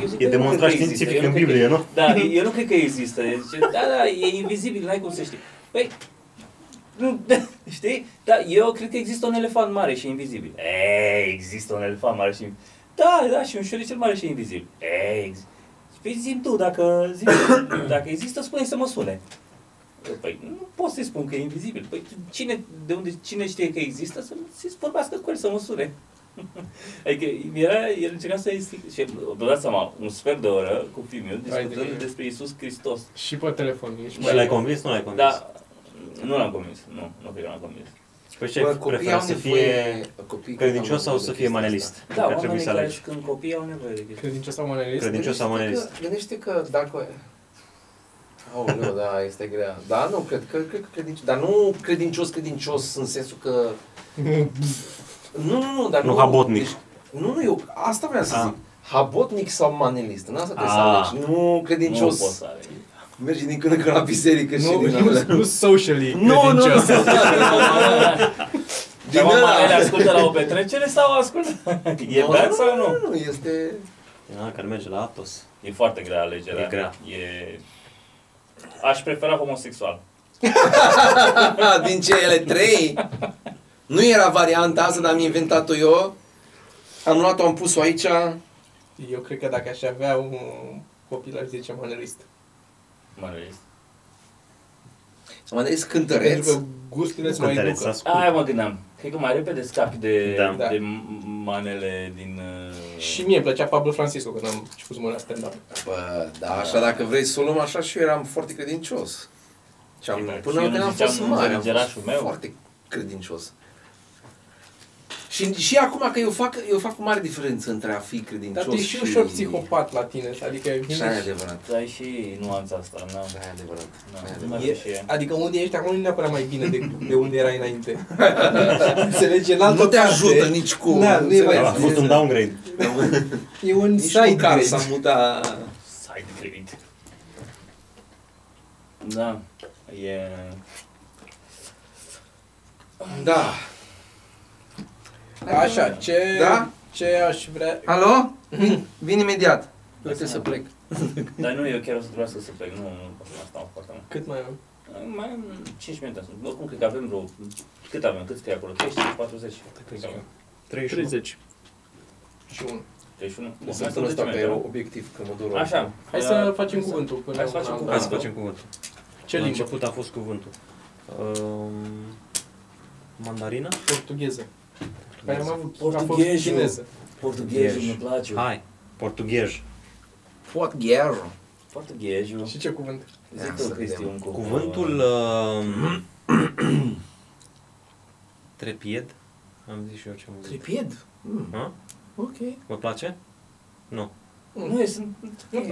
eu zic,
E
eu nu
demonstrat
cred că există,
științific
eu
în
cred că-
Biblie, nu?
Da, eu nu cred că există. Zice, da, da, e invizibil, n-ai cum să știi. Păi, nu, [LAUGHS] știi? Da, eu cred că există un elefant mare și invizibil. E, există un elefant mare și invizibil. Da, da, și un șoricel mare și invizibil. E, există. Păi zi tu, dacă, zi, dacă există, spune să mă sune. Păi nu pot să-i spun că e invizibil. Păi cine, de unde, cine știe că există, să să vorbească cu el, să mă sune. [LAUGHS] adică era, el încerca să-i stic- și vă dați seama, un sfert de oră cu filmul,
de mine.
discutând despre Isus Hristos.
[LAUGHS] Și pe telefon, ești
Și l-ai convins? Nu l-ai convins?
Da, nu l-am convins, nu, nu cred că l-am convins.
Pe Păi ce
Bă,
Bă,
copiii
prefera
au
să
nevoie-
fie
copiii
credincios
au
sau
nevoie
să
de
fie
chestia
manelist?
Da,
asta.
Care ar trebui
oamenii
să
care
alegi?
își când copii au nevoie de chestii.
Credincios sau manelist?
Cred- Credincios sau
Gândește
manelist?
că- Gândește că dacă... Aoleu, da, este grea. Da, nu, cred că, cred că credincios, dar nu credincios, credincios în sensul că... Nu, nu, nu, dar
Nu
nu... deci,
habotnic.
nu, nu, eu asta vreau să
Ah.
zic. Habotnic sau manelist, în asta trebuie să
Ah.
alegi. Nu
Nu poți
credincios.
să alegi.
Mergi din când în când la biserică și
Nu,
din
nu,
alea.
nu socially
Nu, nu, nu,
credincios.
Din
Dar mama
ăla.
ele ascultă la o petrecere sau ascultă? E
Da, Nu,
bad
Exact,
sau nu?
Nu, nu, este...
Da, care merge la Atos.
E foarte grea alegerea.
E grea.
E... Aș prefera homosexual.
Ah, din cele trei? Nu era varianta asta, dar am inventat-o eu. Am luat-o, am pus-o aici.
Eu cred că dacă aș avea un copil, aș zice manelist.
Mă râs.
Am ales cântăreț.
Da, Pentru că gusturile sunt mai
Cântăreț,
ducă.
ascult.
Aia mă gândeam. Cred că mai repede scapi de,
Da.
Da.
de m- manele din... uh,
Și mie îmi plăcea Pablo Francisco când am început să mă la stand-up.
Bă, da, așa dacă vrei să o luăm așa și eu eram foarte credincios. Și am,
Ei, bă,
până
eu
când
nu
am
ziceam
fost
în
mare, am
gerașul
fost
meu.
foarte credincios. Și, și acum că eu fac, eu fac o mare diferență între a fi credincios
Dar tu ești și ușor psihopat la tine, adică
Și aia e adevărat.
Dar ai și nuanța asta, nu?
Și aia e adevărat. Aia e
Nu,
adevărat.
mai e și e.
Adică unde ești acum nu e neapărat mai bine de, de unde erai
[LAUGHS]
înainte. Înțelegi?
Da.
În altă
Nu te
parte,
ajută nici cu...
Da, nu e mai-
A fost un downgrade.
E un
Nici măcar
side
s-a mutat...
Side credit. Da, e...
Da.
Așa, ce,
Da?
ce aș vrea...
Alo? Vin, vin imediat.
Eu trebuie să
Mhm. plec.
Dar nu, eu chiar o să trebuiască să plec, nu, nu pot să mai stau foarte mult.
Cât mai am?
Mai am 5 minute. Oricum, cred că avem vreo... Cât avem? Cât scrie acolo? 30, 40?
Cred că
Sau
30. Și un.
31? Bun,
Nu
mai
să
sunt
pun
10
ăsta pe
minute.
obiectiv, că mă dor.
Așa.
Hai
uh,
să facem cuvântul până
hai să facem
una
cuvântul.
Hai să
alta.
facem cuvântul.
Ce
la
limbă?
început a fost cuvântul. Um, mandarina?
Portugheză. Care am avut a fost
Portughezul.
chineză.
Portughezul îmi place.
Hai, portughez.
Pot gher.
Portughezul.
Și ce cuvânt?
Zi
să
tu, Cristi,
vedem.
un cuvânt.
Cuvântul um, [CLEARS THROAT] trepied, am zis și eu ce am zis.
Tripied? Mm.
Ha?
Ok.
Mă place? Nu.
Nu, eu sunt...
Um,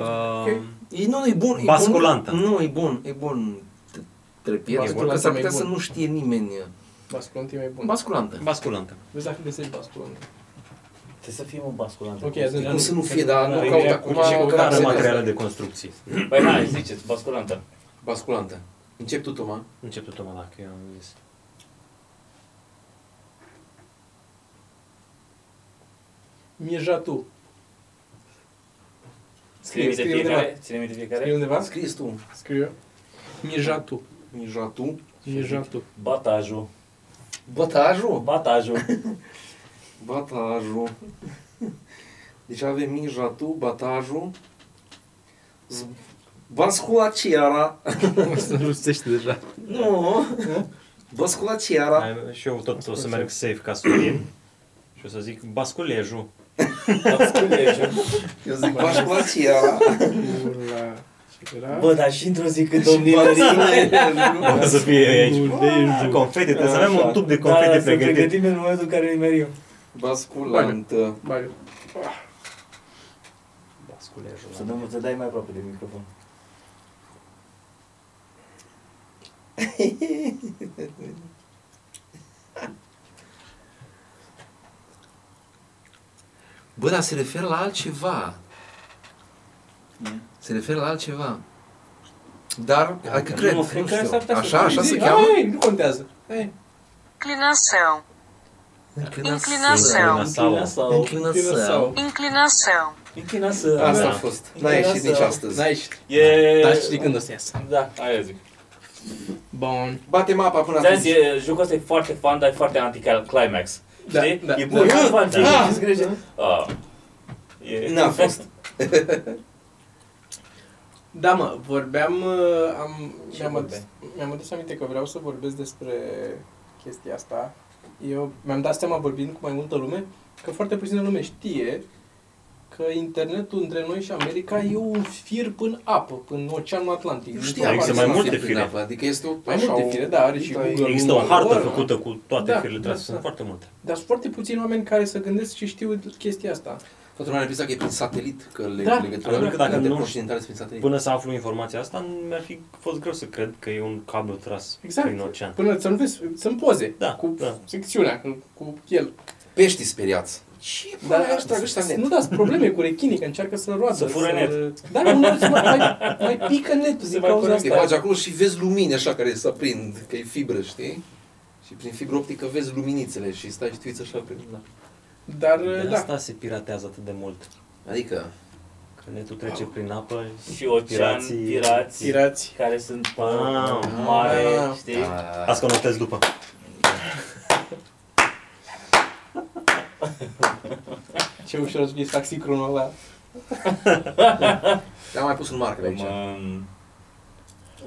E, nu, nu, e bun. e
Basculantă.
Bun. Nu, e bun. E bun. T- Trepied.
Basculantă
Pentru că s-ar
mai
putea
bun.
să nu știe nimeni.
Basculant e mai bun.
Basculantă.
basculantă.
Da,
Vezi dacă găsești basculant.
Trebuie să fie un basculant.
Ok, atunci
Cum să nu fie, dar nu
Păi,
caut
e
acum.
cu ce
că
căutare
am
Care
serios.
materiale de construcție?
Păi hai, ziceți, basculantă.
Basculantă. Încep tu, Toma.
Încep tu, Toma, dacă eu am zis.
Mirjatu.
Scrie de
scrie
fiecare. Ține minte
Scrie
fiecare.
undeva?
Scris tu.
Scriu. Mirjatu.
Mijatu.
Mirjatu. [LAUGHS]
Batajul.
Bătajul.
Batajul.
Batajul. [LAUGHS] Deci avem mijatu, batajul. Z- Basculaciera.
Să nu rusește deja.
Nu.
Da.
Basculaciera.
Hai, Și eu tot o să merg safe ca să fim. Și o să zic basculejul.
Basculejul.
Eu zic basculaciera.
Ura. Era.
Bă, dar și într-o zi când
Și
[LAUGHS] domnilor... [LAUGHS]
O să fie aici.
Burdeju.
Confete, trebuie să avem un tub de
Da,
confete
să
pregătit.
pregătim în momentul în care îi merg eu.
Basculantă.
Bagă.
Basculejul.
Să nu te dai mai aproape de microfon.
Bă, dar se referă la altceva. Se referă la altceva. Dar, adică cred,
Nu,
nu,
cred
cred
că s-ar
știu.
putea să
Așa, așa se
Zi,
cheamă?
Hai, nu contează. Hai.
Inclinação, Inclinação.
Inclina sau...
Tine
Inclinação.
sau.
inclinação,
Inclina să...
Asta a
Da.
fost. N-a ieșit nici astăzi.
N-ai ieșit.
E...
Dar știi când o să iasă.
Da, aia zic.
Bun.
Batem apa până
Ți-am zis,
atunci.
e- jocul ăsta e foarte fun, dar e foarte anti-climax.
Da,
Știi?
da,
e
da.
bun, e fun,
Da.
da.
Îți greșe.
Ah. E...
N-a fost.
Da, mă, vorbeam, uh, am,
Ce
mi-am, adus,
vorbeai?
mi-am adus aminte că vreau să vorbesc despre chestia asta. Eu mi-am dat seama vorbind cu mai multă lume că foarte puțină lume știe că internetul între noi și America e un fir până apă, până Oceanul Atlantic.
Eu
Nu
știam
știu
că
care
se
sunt
există
astea.
mai
afle
multe
prin
fire.
apă, Adică este o,
Mai multe fire, da, are și Google.
Există o
Google
hartă
Earth,
făcută cu toate
Da,
firele
da,
trase. Sunt
da.
foarte multe.
Dar sunt foarte puțini oameni care să gândesc și știu chestia asta.
Toată lumea ne pensat că e prin satelit, că le,
Da,
legătura
adevărat
că dacă nu-
intercontinentală este prin satelit.
Până să aflu informația asta, mi-ar fi fost greu să cred că e un cablu tras
Exact.
prin ocean.
Până să nu vezi, sunt poze
Da,
cu
da.
secțiunea, cu- cu el.
Peștii speriați. Ce
Dar
până ăștia, ăștia net?
Da. Nu dați probleme cu rechinii, că încearcă să roadă.
Să fură net.
Da, nu, nu, să mai, mai, mai pică netul din
mai
cauza
conecte.
Te
asta.
Păi, faci acolo și vezi lumini așa care se aprind, că e fibră, știi? Și prin fibră optică vezi luminițele și stai și te uiți așa prin... Da.
Dar,
De
da,
Păi, asta se piratează atât de mult.
Adică,
Că netul trece prin apă
Și ocean,
Pirații-
pirați,
tirați.
care sunt pe
Ah.
mare,
Ah.
știi?
da,
Asta notez după.
Ce ușor îți vezi taxicronul ăla.
am mai pus un marker aici.
Mă- um,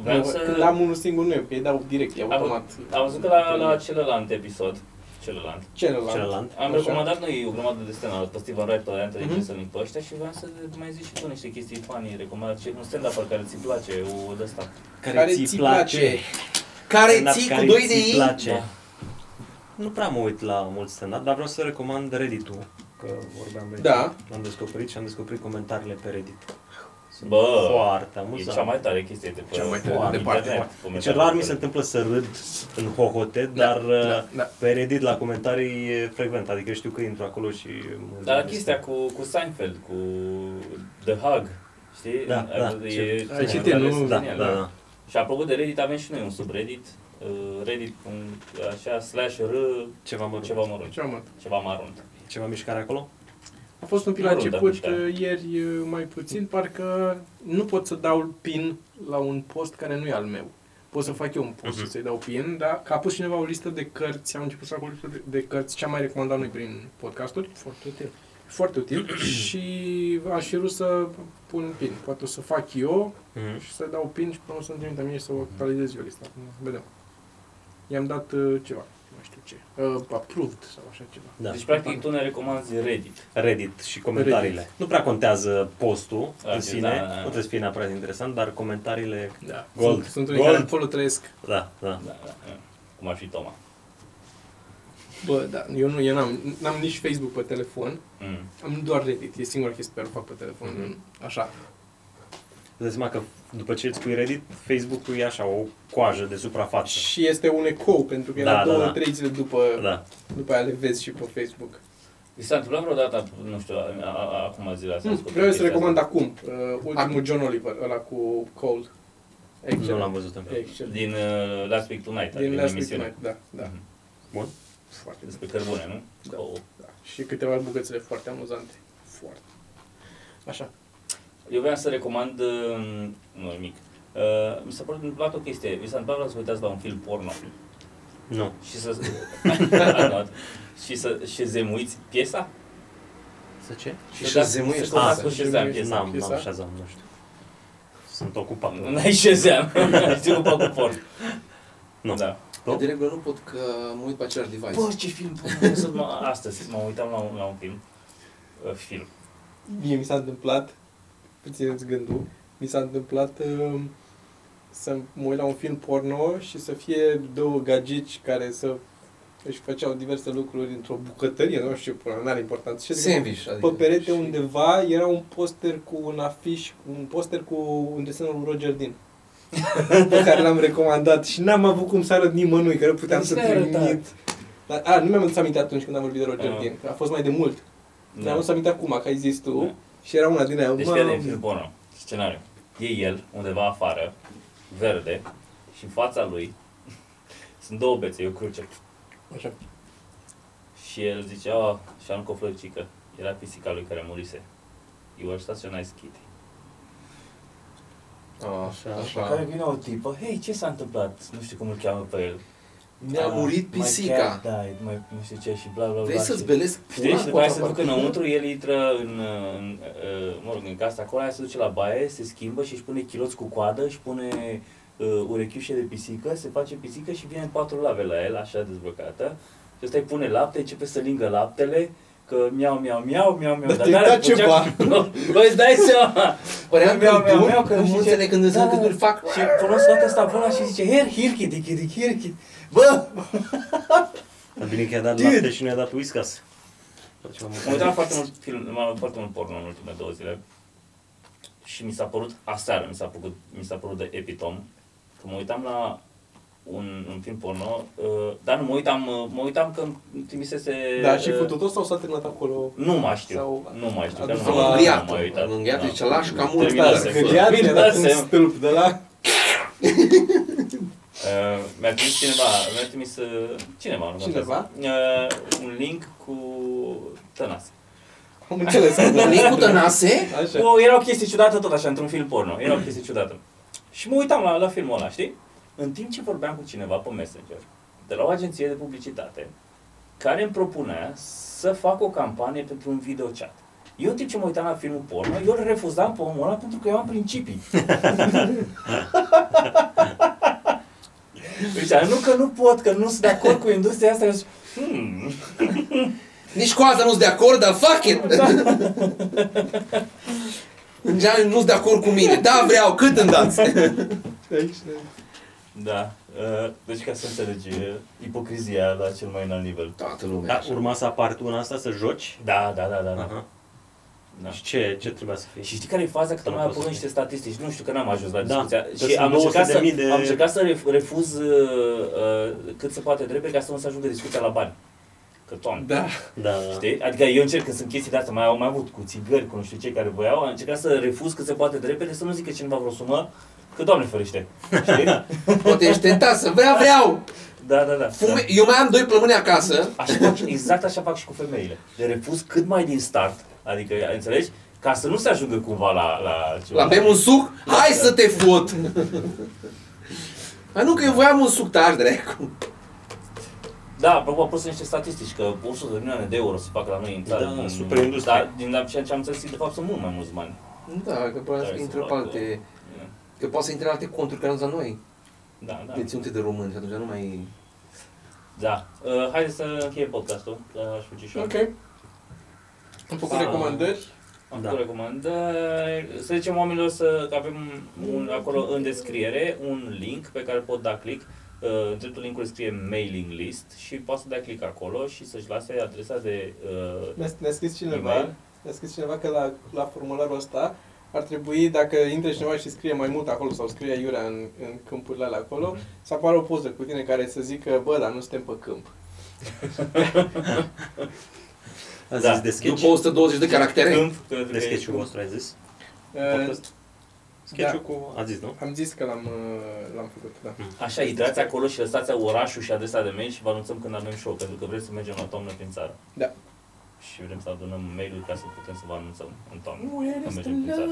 Vreau
Eu,
să...
Când am unul singur nu eu, că îi dau direct, e automat.
Am văzut că la, la celălalt episod, celălalt,
celălalt.
Celălalt.
am
Așa.
recomandat noi o grămadă de stand-up, pe Steven Wright, pe Anthony
Mhm.
Jeselnik, pe ăștia și vreau să mai zici și tu niște chestii funny, recomandat ce- un stand-up care ți place, o de ăsta.
Care ți place.
Care
Stand-up
ții
care
cu doi de
ți
ei?
place. Nu prea mă uit la mult stand-up, dar vreau să recomand Reddit-ul. Că vorbeam de
Da.
L-am descoperit și am descoperit comentariile pe Reddit. Sunt
Bă, E
foarte amuzant.
cea mai tare chestie de pe
Cea mai tare,
pe
de departe,
internet,
Deci
comentariul
rar mi
pe
se
care-
întâmplă să râd în hohote, dar
da,
uh,
da.
pe Reddit la comentarii e frecvent, adică știu că intru acolo și... mă
Dar
gândesc.
chestia cu, cu Seinfeld, cu The Hug, știi?
Da,
Ai-
da,
e,
ce-
Ai citit, nu?
Da, da, da.
Și apropo de Reddit, avem și noi un subreddit, uh, reddit, un, așa, slash r,
Ceva mă
ceva mărunt,
Ce am
ceva mărunt.
Ceva mișcare acolo?
A fost un pic la
Mă rog, dacă
început, uh,
mișcare.
ieri mai puțin, parcă nu pot să dau pin la un post care nu e al meu. Pot să fac eu un post
Mhm.
să-i dau pin, dar că a pus cineva o listă de cărți, am început să fac o listă de- de cărți, ce am mai recomandat noi prin podcasturi. Foarte util. Foarte util [CLEARS THROAT] și aș fi vrut să pun un pin. Poate o să fac eu și să dau pin și până o să-mi trimite mie să o actualizez eu lista. Vedem. I-am dat uh, ceva, nu mai știu ce. Uh, approved sau așa ceva.
Da.
Deci, practic, tu ne recomanzi Reddit.
Reddit și comentariile. Nu prea contează postul
Da,
în
da,
sine,
da, da.
nu trebuie să fie neapărat interesant, dar comentariile...
Da.
Gold.
Sunt, sunt unii
Gold.
care acolo trăiesc.
Da, da.
Da, da, da. Cum ar fi Toma.
Bă, da, eu nu, eu n-am, n-am nici Facebook pe telefon,
Mm.
am doar Reddit, e singura chestie pe care o fac pe telefon,
Mhm.
mm-hmm. așa.
Îți dai seama că după ce îți pui Reddit, Facebook-ul e așa, o coajă de suprafață.
Și este un ecou, pentru că
Da,
era
da,
două,
da.
trei zile după,
Da.
după aia le vezi și pe Facebook.
Vi s-a întâmplat vreodată, nu știu, a- a- a- acum zilele astea?
Mm,
ascult
vreau să
chestia
recomand
asta.
acum, uh, ultimul John Oliver, ăla cu Cold. Excellent.
Nu l-am văzut încă.
Excellent.
Din uh, Last Week Tonight,
Din Last Week
emisiunea.
Tonight, da, da.
Mhm.
Bun.
Foarte bun.
Despre cărbune, nu?
Da.
O-
Da. Și câteva bucățele foarte amuzante. Foarte. Așa.
Eu vreau să recomand, uh, nu nimic, Uh, mi s-a părut întâmplat o chestie. Mi s-a întâmplat vreau să vă uitați la un film porno
Nu.
și să, [LAUGHS] Da. și să șezemuiți piesa
Să ce?
Și
Să
și
dați-
zemuiești.
să
Ah,
dați cu șezam piesa.
N-am,
piesa?
n-am șazam, nu știu. Sunt ocupat.
Nu ai șezeam, [LAUGHS] știu cum fac cu porn.
Nu.
Da.
De regulă nu pot că mă uit pe același device.
Bă, ce film porno! Să mă- Astăzi mă uitam la un, la un film. Uh, film.
Mie mi s-a întâmplat, țineți gândul, mi s-a întâmplat uh, să mă uit la un film porno și să fie două gagici care să își făceau diverse lucruri într-o bucătărie, nu știu, până n-are importanță. Și zic,
Sandwich, adică.
pe perete
Și-
undeva era un poster cu un afiș, un poster cu un desen al lui Roger [LAUGHS] Dean pe care l-am recomandat și n-am avut cum să arăt nimănui, că puteam
Dar
să
ce ai
trimit.
arătat?
Dar, a, nu mi-am adus aminte atunci când am vorbit de Roger
Ah.
Dean, că a fost mai de mult. Mi-am
Da.
adus aminte acum, că ai zis tu,
Da.
și era una din aia.
Deci
mamă.
fii atent, film porno. Scenariu. E el, undeva afară, verde, și în fața lui [LAUGHS] sunt două bețe, e o cruce.
Așa.
Și el zice, oh, și am cu o floricică. Era pisica lui care murise. You are such a nice kitty.
Așa,
La care
așa.
vine o tipă, hei, ce s-a întâmplat? Nu știu cum îl cheamă pe el.
Mi-a
Ah,
murit
my
pisica.
cat died, my, da, nu știu ce, și bla bla bla.
Vrei
și-
să-ți belesc pula?
Știi, și după aia se duc
Contrapartidă?
înăuntru, el intră în, uh, în, uh, mă rog, în casa acolo, aia se duce la baie, se schimbă și își pune chiloți cu coadă, își pune uh, urechiușe de pisică, se face pisică și vine patru lave la el, așa dezbrăcată. Și ăsta îi pune lapte, începe să lingă laptele Că miau, miau, miau, miau, miau.
Dar Da, te-ai dat ceva.
Bă, îți dai seama.
Păream
Miau, miau,
că
miau,
tu, că
zice,
mulțele când
da,
sunt cât fac.
Și folos toată asta pula și zice, her, hirchi, dichi, dichi, hirchi. Bă!
Dar bine că i-a dat lapte și nu i-a dat whiskas. Deci
M-am uitat la foarte mult film, m-am uitat foarte mult porno în ultimele două zile. Și mi s-a părut, aseară mi s-a părut, mi s-a părut de epitom. Că mă uitam la un, un film porno, uh, dar nu, mă uitam, uh, mă uitam că îmi trimisese...
Da, și
uh,
futut sau s-a terminat acolo?
Nu mai știu,
Sau-
nu mai știu,
adus
că
la-
nu m-am-
Mângâiat-o,
nu m-am uitat.
am mângâiat-o,
Da.
deci
zice, lași ca mult.
Terminase.
Că de
Bine,
de la
da,
un
se-
stâlp de la...
Uh, mi-a trimis cineva, mi-a trimis uh, cineva, nu
Cineva?
contează, uh, un link cu Tănase.
Am înțeles.
Un link cu tănase?
Așa.
O, era o chestie ciudată tot așa, într-un film porno, era o chestie ciudată. Și mă uitam la, la filmul ăla, știi? În timp ce vorbeam cu cineva pe Messenger, de la o agenție de publicitate, care îmi propunea să fac o campanie pentru un videochat. Eu în timp ce mă uitam la filmul porno, eu îl refuzam pe omul ăla pentru că eu am principii. Deci, nu că nu pot, că nu sunt de acord cu industria asta. Eu zic, hmm,
Nici cu asta nu-s de acord, dar fuck it!
Da.
În general nu-s de acord cu mine. Da, vreau, cât îmi dați?
Da, uh, deci ca să înțelegi uh, ipocrizia la cel mai înalt nivel.
Toată lumea.
Da,
așa.
urma să apar tu în asta, să joci?
Da, da, da, da. da.
Aha.
Da.
Și ce, ce trebuia să fie?
Și știi care e faza? Că
Să nu
tocmai am
poți
apărut
să
niște statistici. Nu știu că n-am ajuns la
Da,
discuția.
că
și
sunt
am încercat, să,
200.000 de-
am încercat să ref- refuz uh, uh, cât se poate drept ca să nu se ajungă discuția la bani. Că toamnă.
Da.
Da, da.
Știi? Adică eu încerc când sunt chestii de astea, mai au mai avut cu țigări, cu nu știu ce care voiau, am încercat să refuz cât se poate de repede, să nu zică cineva vreo sumă, că Doamne ferește.
[LAUGHS]
Știi?
Poate ești tentat să vreau, vreau!
Da, da, da.
Fume... Eu mai am doi plămâni acasă.
Așa fac, exact așa fac și cu femeile. Le refuz cât mai din start, adică, înțelegi? Ca să nu se ajungă cumva la, la ceva.
La bem un suc? Hai să te fot!
Da.
Dar nu că eu voiam un suc tare, dracu.
Da, apropo, a pus niște statistici, că 100 de milioane de euro se fac la noi în țară.
Da,
din-
super industrie.
Da, din la ceea ce am înțeles, că, de fapt, sunt mult mai mulți bani.
Da, că poate
Hai
să
să
intre pe
fac,
alte... Că poate să intre în alte conturi care nu sunt la noi.
Da, da.
Deci,
Deținute de români și atunci nu mai...
Da. Uh, haide să încheiem podcastul, că aș fugi și eu.
Ok. Am făcut
Da.
recomandări.
Am
Da.
da. recomandări. Să zicem oamenilor să că avem un, acolo în descriere un link pe care pot da click. Uh, În dreptul linkului scrie mailing list și poate să dai click acolo și să-și lase adresa de uh,
Ne-a, ne-a scris cineva.
e-mail.
Ne-a scris cineva că la, la formularul ăsta ar trebui, dacă intre cineva și scrie mai mult acolo sau scrie Iurea în, în câmpurile alea acolo,
Mhm.
să apară o poză cu tine care să zică, bă, dar nu suntem pe câmp.
A
Da.
zis de sketch?
După
Deci
120 de caractere.
câmp. pentru
De
că e Da.
sketch-ul
câmp.
vostru ai zis?
Uh,
Podcast? Sketch-ul cu... A zis, nu?
da. am zis că l-am, uh, l-am făcut, da.
Așa, intrați acolo și lăsați orașul și adresa de mail și vă anunțăm când avem show, pentru că vrem să mergem la toamnă prin țară.
Da.
Și vrem să adunăm mail-uri ca să putem să vă anunțăm în toamnă. Când mergem prin țară.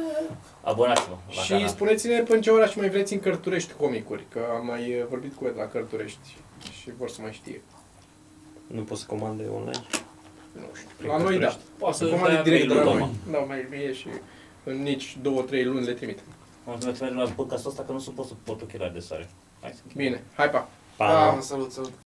Abonați-vă la
Și
canal.
spuneți-ne până ce oraș mai vreți în Cărturești comicuri, că am mai uh, vorbit cu ei de la Cărturești și vor să mai știe.
Nu poți să comande online?
Da,
Nu știu.
Prin
La noi, da.
Cărturești?
Poate să
Acum
dai
mai direct de
mail-ul
la
Toma.
noi. Da, mai vie și în nici două, trei luni le trimit.
Mulțumesc că mergem la podcastul ăsta că nu suport să pot ochelari de soare. Hai să încheiem.
Bine, hai pa!
Pa!
salut, salut.